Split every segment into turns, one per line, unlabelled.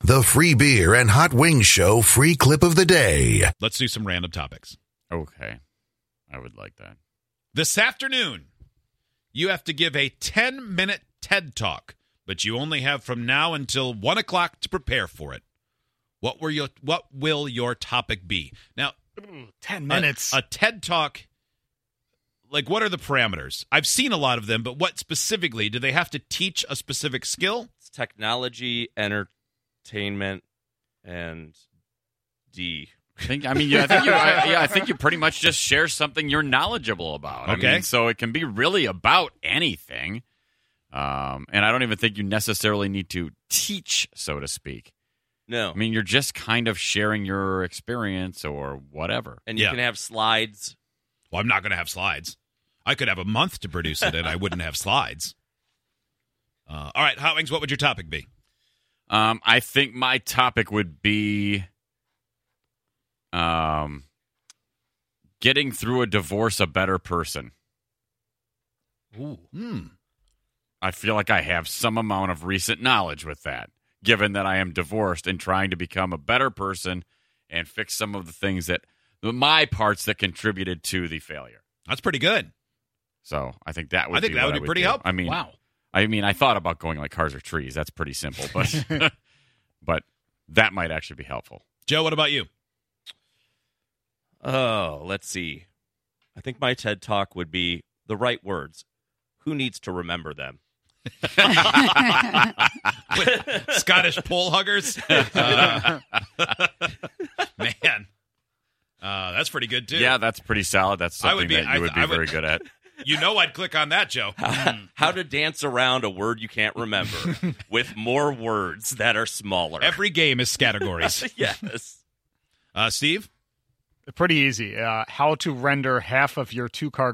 The Free Beer and Hot Wings Show free clip of the day.
Let's do some random topics.
Okay. I would like that.
This afternoon, you have to give a 10 minute TED talk, but you only have from now until 1 o'clock to prepare for it. What were your what will your topic be? Now,
10
a-
minutes.
A, TED talk like what are the parameters? I've seen a lot of them, but what specifically do they have to teach a specific skill?
It's technology, entertainment, and D.
I think I mean yeah, I think you I, yeah, I think you pretty much just share something you're knowledgeable about. I
Okay.
mean, so it can be really about anything. Um, and I don't even think you necessarily need to teach, so to speak.
No.
I mean, you're just kind of sharing your experience or whatever.
and you
Yeah.
can have slides.
Well, I'm not going to have slides. I could have a month to produce it and I wouldn't have slides. Uh, all right, Hot Wings, what would your topic be?
Um, I think my topic would be um, getting through a divorce a better person.
Ooh. Hmm.
I feel like I have some amount of recent knowledge with that, given that I am divorced and trying to become a better person and fix some of the things that my parts that contributed to the failure.
That's pretty good.
So I think that would.
I think
be
that
what
would be pretty
do.
helpful.
I mean,
wow.
I mean, I thought about going like cars or trees. That's pretty simple, but but that might actually be helpful.
Joe, what about you?
Oh, let's see. I think my TED talk would be the right words. Who needs to remember them?
Scottish pole huggers. Uh, man, uh, that's pretty good too.
Yeah, that's pretty solid. That's
I
something
would be-
that you
I-
would be
I would-
very good at.
you know I'd click on that, Joe.
How to dance around a word you can't remember with more words that are smaller.
Every game is categories.
yes.
Uh, Steve,
Pretty easy. Uh, how to render half of your two car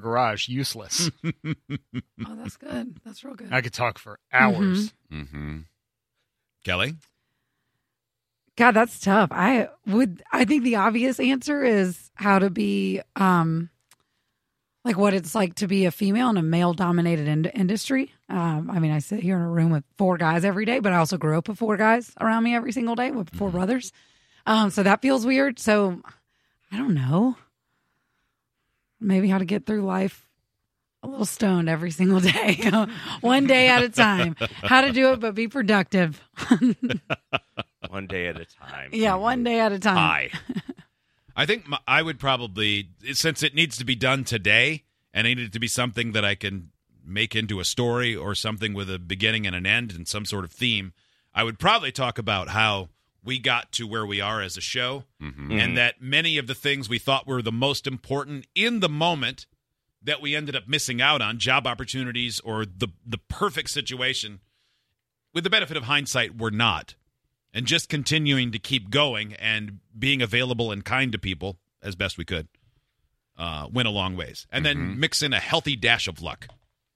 garage useless.
Oh, that's good. That's real good.
I could talk for hours.
Mm-hmm.
hmm
Kelly,
God, that's tough. I would I think the obvious answer is how to be um like what it's like to be a female in a male dominated in- industry. Um I mean, I sit here in a room with four guys every day, but I also grew up with four guys around me every single day with 4 brothers. Um so that feels weird. So I don't know. Maybe how to get through life a little stoned every single day, one day at a time. How to do it, but be productive.
One day at a time.
Yeah, one day at a time.
Hi.
I think my, I would probably since it needs to be done today and it needed to be something that I can make into a story or something with a beginning and an end and some sort of theme. I would probably talk about how we got to where we are as a show.
hmm
Mhm.
and that many of the things we thought were the most important in the moment that we ended up missing out on job opportunities or the the perfect situation with the benefit of hindsight were not and just continuing to keep going and being available and kind to people as best we could uh, went a long ways and
Mhm.
Mm-hmm.
then mix in a healthy dash of luck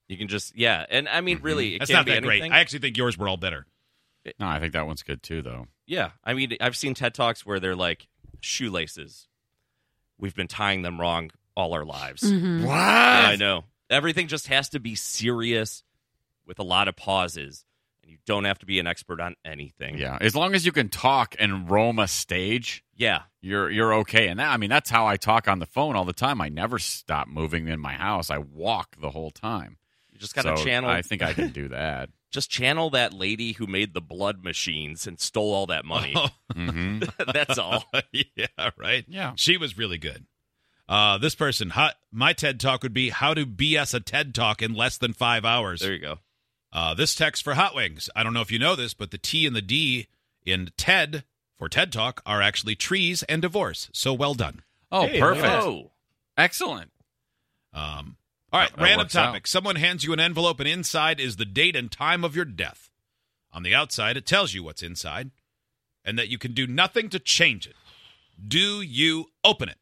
You can just yeah, and I mean really, it
that's not
can't be
that great
anything.
i actually think yours were all better
No, I think that one's good too, though.
Yeah, I mean, I've seen TED talks where they're like shoelaces. We've been tying them wrong all our lives.
Mhm.
Ah,
Yeah, I know. Everything just has to be serious with a lot of pauses, and you don't have to be an expert on anything.
Yeah, as long as you can talk and roam a stage,
Yeah.
you're you're okay. And that, I mean, that's how I talk on the phone all the time. I never stop moving in my house. I walk the whole time.
You just got to
So
channel
I think I can do that.
just channel that lady who made the blood machines and stole all that money.
hmm
That's all.
yeah right
Yeah.
She was really good. Uh, this person, how, my TED talk would be how to BS a TED talk in less than five hours.
There you go.
Uh, this text for Hot Wings. I don't know if you know this, but the T and the D in TED for TED Talk are actually trees and divorce. So well done.
Oh,
Hey, look at
perfect.
that.
Oh,
Excellent.
Um, all right,
That- that
random
works out.
topic. Someone hands you an envelope, and inside is the date and time of your death. On the outside, it tells you what's inside. and that you can do nothing to change it. Do you open it?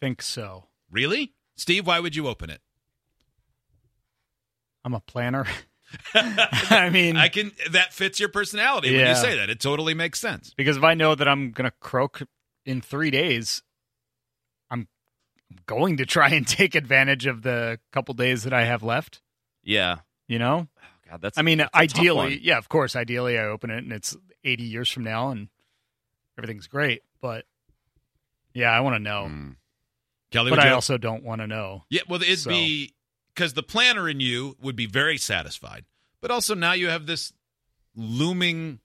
think so.
Really? Steve, why would you open it?
I'm a planner. I mean,
I can that fits your personality when you
Yeah.
say that. It totally makes sense.
because if I know that I'm going to croak in three days, I'm going to try and take advantage of the couple days that I have left.
Yeah.
You know,
Oh, God, that's.
I mean,
that's a tough
ideally,
one.
yeah, of course, ideally, I open it and it's 80 years from now and everything's great. But yeah, I want to know,
Mm.
Kelly,
but
would
I
you
also don't want to know.
Yeah, well, it'd
So-
be because the planner in you would be very satisfied, but also now you have this looming,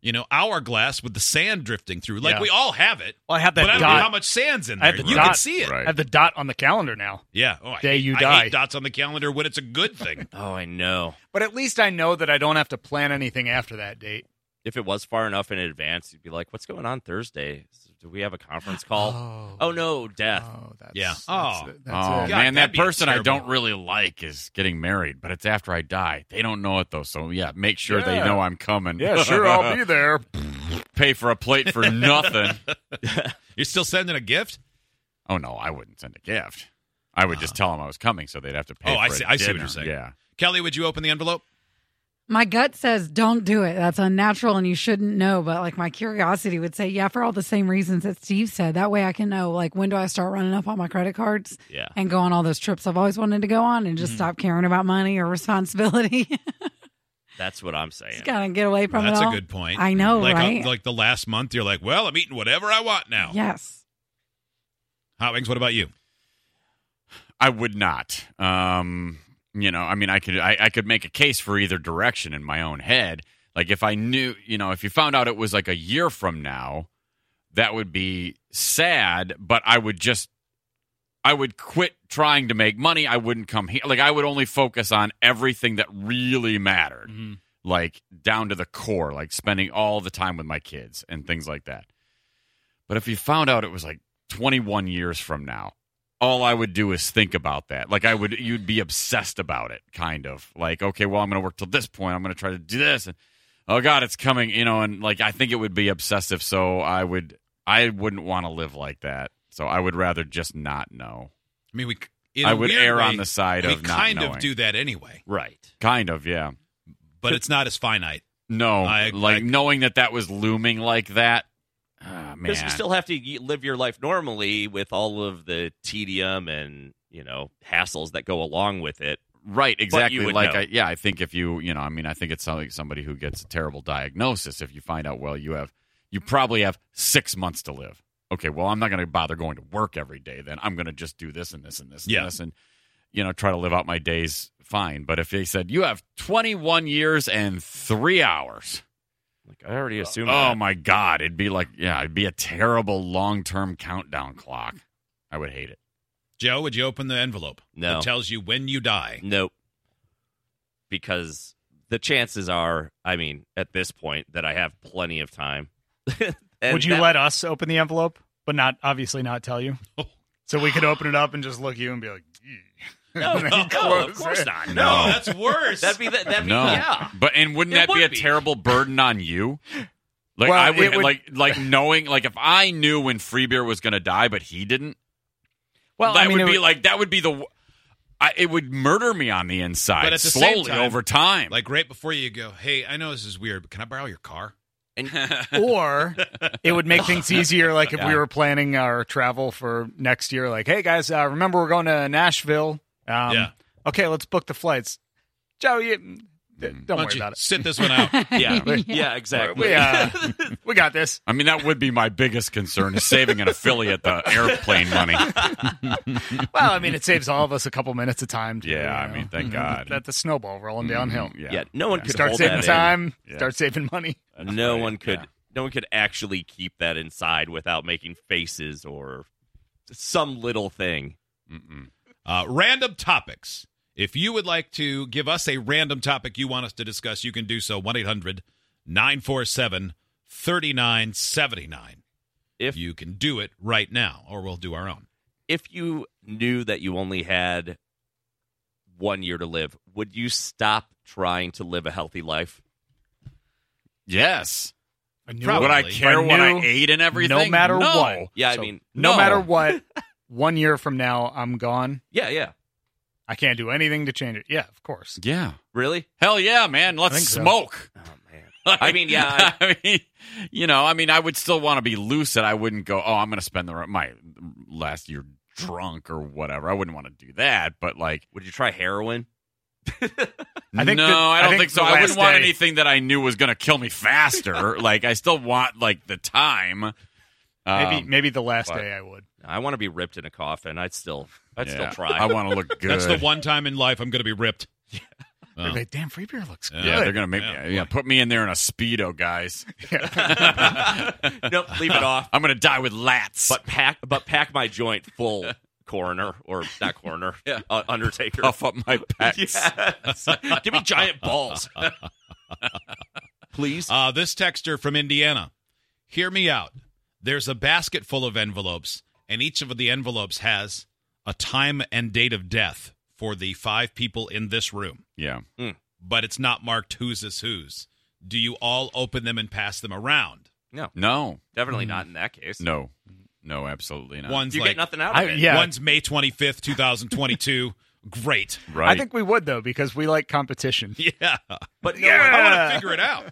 you know, hourglass with the sand drifting through. Like
Yeah.
we all have it,
Well, I have
but I
that
don't know how
dot.
much sand's in
I
there.
have the
You can
dot,
see it.
I
Right.
have the dot on the calendar now.
Yeah. Oh, I
Day
hate-
you
I
die.
hate dots on the calendar when it's a good thing.
Oh, I know.
But at least I know that I don't have to plan anything after that date.
If it was far enough in advance, you'd be like, "What's going on Thursday? Do we have a conference call?"
Oh,
oh no, death.
Oh, that's,
Yeah.
That's
Oh.
it. That's
Oh
God,
it.
man,
that'd
that
be a
person I
terrible-
don't really like is getting married, but it's after I die. They don't know it though, so yeah, make sure they
Yeah.
know I'm coming.
Yeah, sure, I'll be there.
Pay for a plate for nothing.
You're still sending a gift?
Oh no, I wouldn't send a gift. I would just tell them I was coming, so they'd have to
Uh-huh.
pay.
Oh,
for
I
a
see- I see what
dinner.
you're saying.
Yeah,
Kelly, would you open the envelope?
My gut says don't do it. That's unnatural and you shouldn't know. But like my curiosity would say, yeah, for all the same reasons that Steve said. That way I can know like when do I start running up on my credit cards
Yeah.
and go on all those trips I've always wanted to go on and just
Mm.
stop caring about money or responsibility.
That's what I'm saying.
just kind of get away from
That's
it.
a
all.
good point.
I know,
like,
right?
uh, like the last month, you're like, well, I'm eating whatever I want now.
yes.
Hot Wings, what about you?
I would not. Um, you know, I mean, I could I, I could make a case for either direction in my own head. Like if I knew, you know, if you found out it was like a year from now, that would be sad. But I would just, I would quit trying to make money. I wouldn't come here. Like I would only focus on everything that really mattered, like down to the core, like spending all the time with my kids and things like that. But if you found out it was like 21 years from now, all I would do is think about that. Like I would, you'd be obsessed about it, kind of. Like, okay, well, I'm going to work till this point. I'm going to try to do this, and oh god, it's coming, you know. And like, I think it would be obsessive. So I would, I wouldn't want to live like that. So I would rather just not know.
I mean, we. c- in
I
a
would
weird
err
way,
on the side
we
of not
kind of
knowing.
do that anyway,
Right.
Kind of, yeah.
but it's not as finite.
No,
I-
like
I-
knowing that that was looming like that. ah, man,
Because you still have to y- live your life normally with all of the tedium and you know hassles that go along with it.
Right, exactly.
would
Like,
know.
I, yeah, I think if you, you know, I mean, I think it's like somebody who gets a terrible diagnosis. If you find out, well, you have, you probably have six months to live. Okay, well, I'm not going to bother going to work every day. Then I'm going to just do this and this and this and
Yeah.
this, and you know, try to live out my days fine. But if they said you have 21 years and three hours,
Like I already assumed.
oh
that.
my god, it'd be like, yeah, it'd be a terrible long term countdown clock. I would hate it.
Joe, would you open the envelope?
No.
It tells you when you die.
Nope. Because the chances are, I mean, at this point, that I have plenty of time. And
Would you
that-
let us open the envelope, but not obviously not tell you? So we could open it up and just look you and be like, "Ew."
No,
And
no,
then
no, Oh, of
close
course
it.
not. No,
No, that's worse.
that'd be the, that'd
no,
be yeah.
but and wouldn't
It
that be
would
a
be.
terrible burden on you? Like
Well,
I would,
it would-
like like knowing like if I knew when Free Beer was going to die, but he didn't.
Well,
that
I mean,
would
it
be
would-
like that would be the. w- I, it would murder me on the inside
But at the same
slowly
time,
over time.
like right before you go, hey, I know this is weird, but can I borrow your car?
or it would make things easier. Like if we
Yeah.
were planning our travel for next year, like, hey guys, uh, remember we're going to Nashville. Um,
Yeah.
Okay, let's book the flights. Joe, you,
Mm-hmm.
don't
Why
worry
don't you
about it.
sit this one out?
yeah, yeah,
We,
exactly.
uh, we got this.
I mean, that would be my biggest concern is saving an affiliate the airplane money.
Well, I mean, it saves all of us a couple minutes of time. To,
Yeah, I
you know,
mean, thank God. Mm-hmm.
let the snowball rolling downhill.
Yeah.
Yeah, no one could
Start
hold
saving
that
time.
Yeah.
Start saving money.
In. No
right,
one could.
yeah.
No one could actually keep that inside without making faces or some little thing.
Mm-mm.
Uh, random topics. If you would like to give us a random topic you want us to discuss, you can do so 1 800 947 3979.
If
You can do it right now, or we'll do our own.
if you knew that you only had one year to live, would you stop trying to live a healthy life?
Yes.
I knew
Probably.
Would I
If I
care what I
knew,
ate and everything?
no matter
no.
what.
Yeah, I
So,
mean,
No,
no.
matter what, one year from now, I'm gone.
yeah, yeah.
I can't do anything to change it. Yeah, of course.
Yeah.
Really?
Hell yeah, man. Let's
think so.
smoke.
Oh man. I mean, yeah,
I, mean, you know, I mean, I would still want to be lucid. I wouldn't go, oh, I'm going to spend the re- my last year drunk or whatever. I wouldn't want to do that. But like,
Would you try heroin?
I think
no,
the-
I
I
don't
think
think, so.
the
I wouldn't
last
want
day-
anything that I knew was going to kill me faster. like, I still want like the time.
Maybe
Um,
maybe the last
but-
day I would.
I want to be ripped in a coffin. I'd still, I'd
yeah,
still try.
I want to look good.
That's the one time in life I'm going to be ripped.
They're
Oh.
like, damn, free beer looks
Yeah,
Yeah, they're
good.
gonna make
Yeah,
me. Yeah, put me in there in a speedo, guys.
nope, leave it off.
I'm gonna die with lats.
But pack, but pack my joint full, coroner or not coroner,
Yeah.
uh, Undertaker.
puff up my pecs.
Yes. Give me giant balls, please.
Uh, this texter from Indiana. Hear me out. There's a basket full of envelopes, and each of the envelopes has a time and date of death for the five people in this room,
Yeah.
but it's not marked whose is whose. Do you all open them and pass them around?
No.
Definitely not in that case.
No. No. Absolutely not.
One's
you
like
get nothing out of
I-
it.
yeah.
one's May 25th, 2022. Great.
Right.
I think we would though because we like competition.
Yeah.
But no,
I
yeah.
want to figure it out.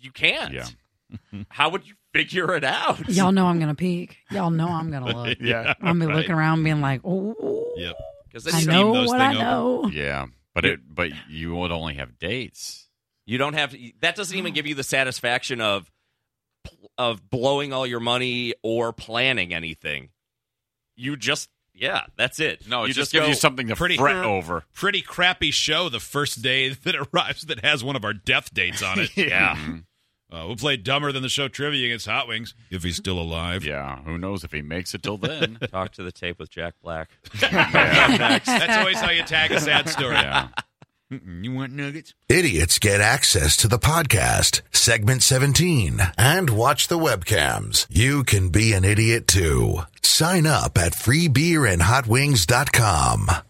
you can't.
Yeah.
How would you figure it out?
Y'all know I'm gonna peek. Y'all know I'm gonna look.
Yeah.
I'm gonna be
right.
looking around, being like, "Oh,
Yep.
Because
I
Steam
know
those
what
thing
I
open.
know."
Yeah. But it. But you would only have dates.
You don't have to, that doesn't even give you the satisfaction of of blowing all your money or planning anything. You just yeah, that's it.
No. It
you
just, gives
Oh, go,
you something to
pretty-
fret over.
Pretty crappy show the first day that arrives that has one of our death dates on it.
Mhm.
Uh, we'll play dumber than the show trivia against Hot Wings if he's still alive.
Yeah. Who knows if he makes it till then?
talk to the tape with Jack Black.
yeah.
That's always how you tag a sad story.
yeah.
Mm-mm, You want nuggets?
Idiots get access to the podcast, segment 17, and watch the webcams. You can be an idiot too. Sign up at freebeerandhotwings.com.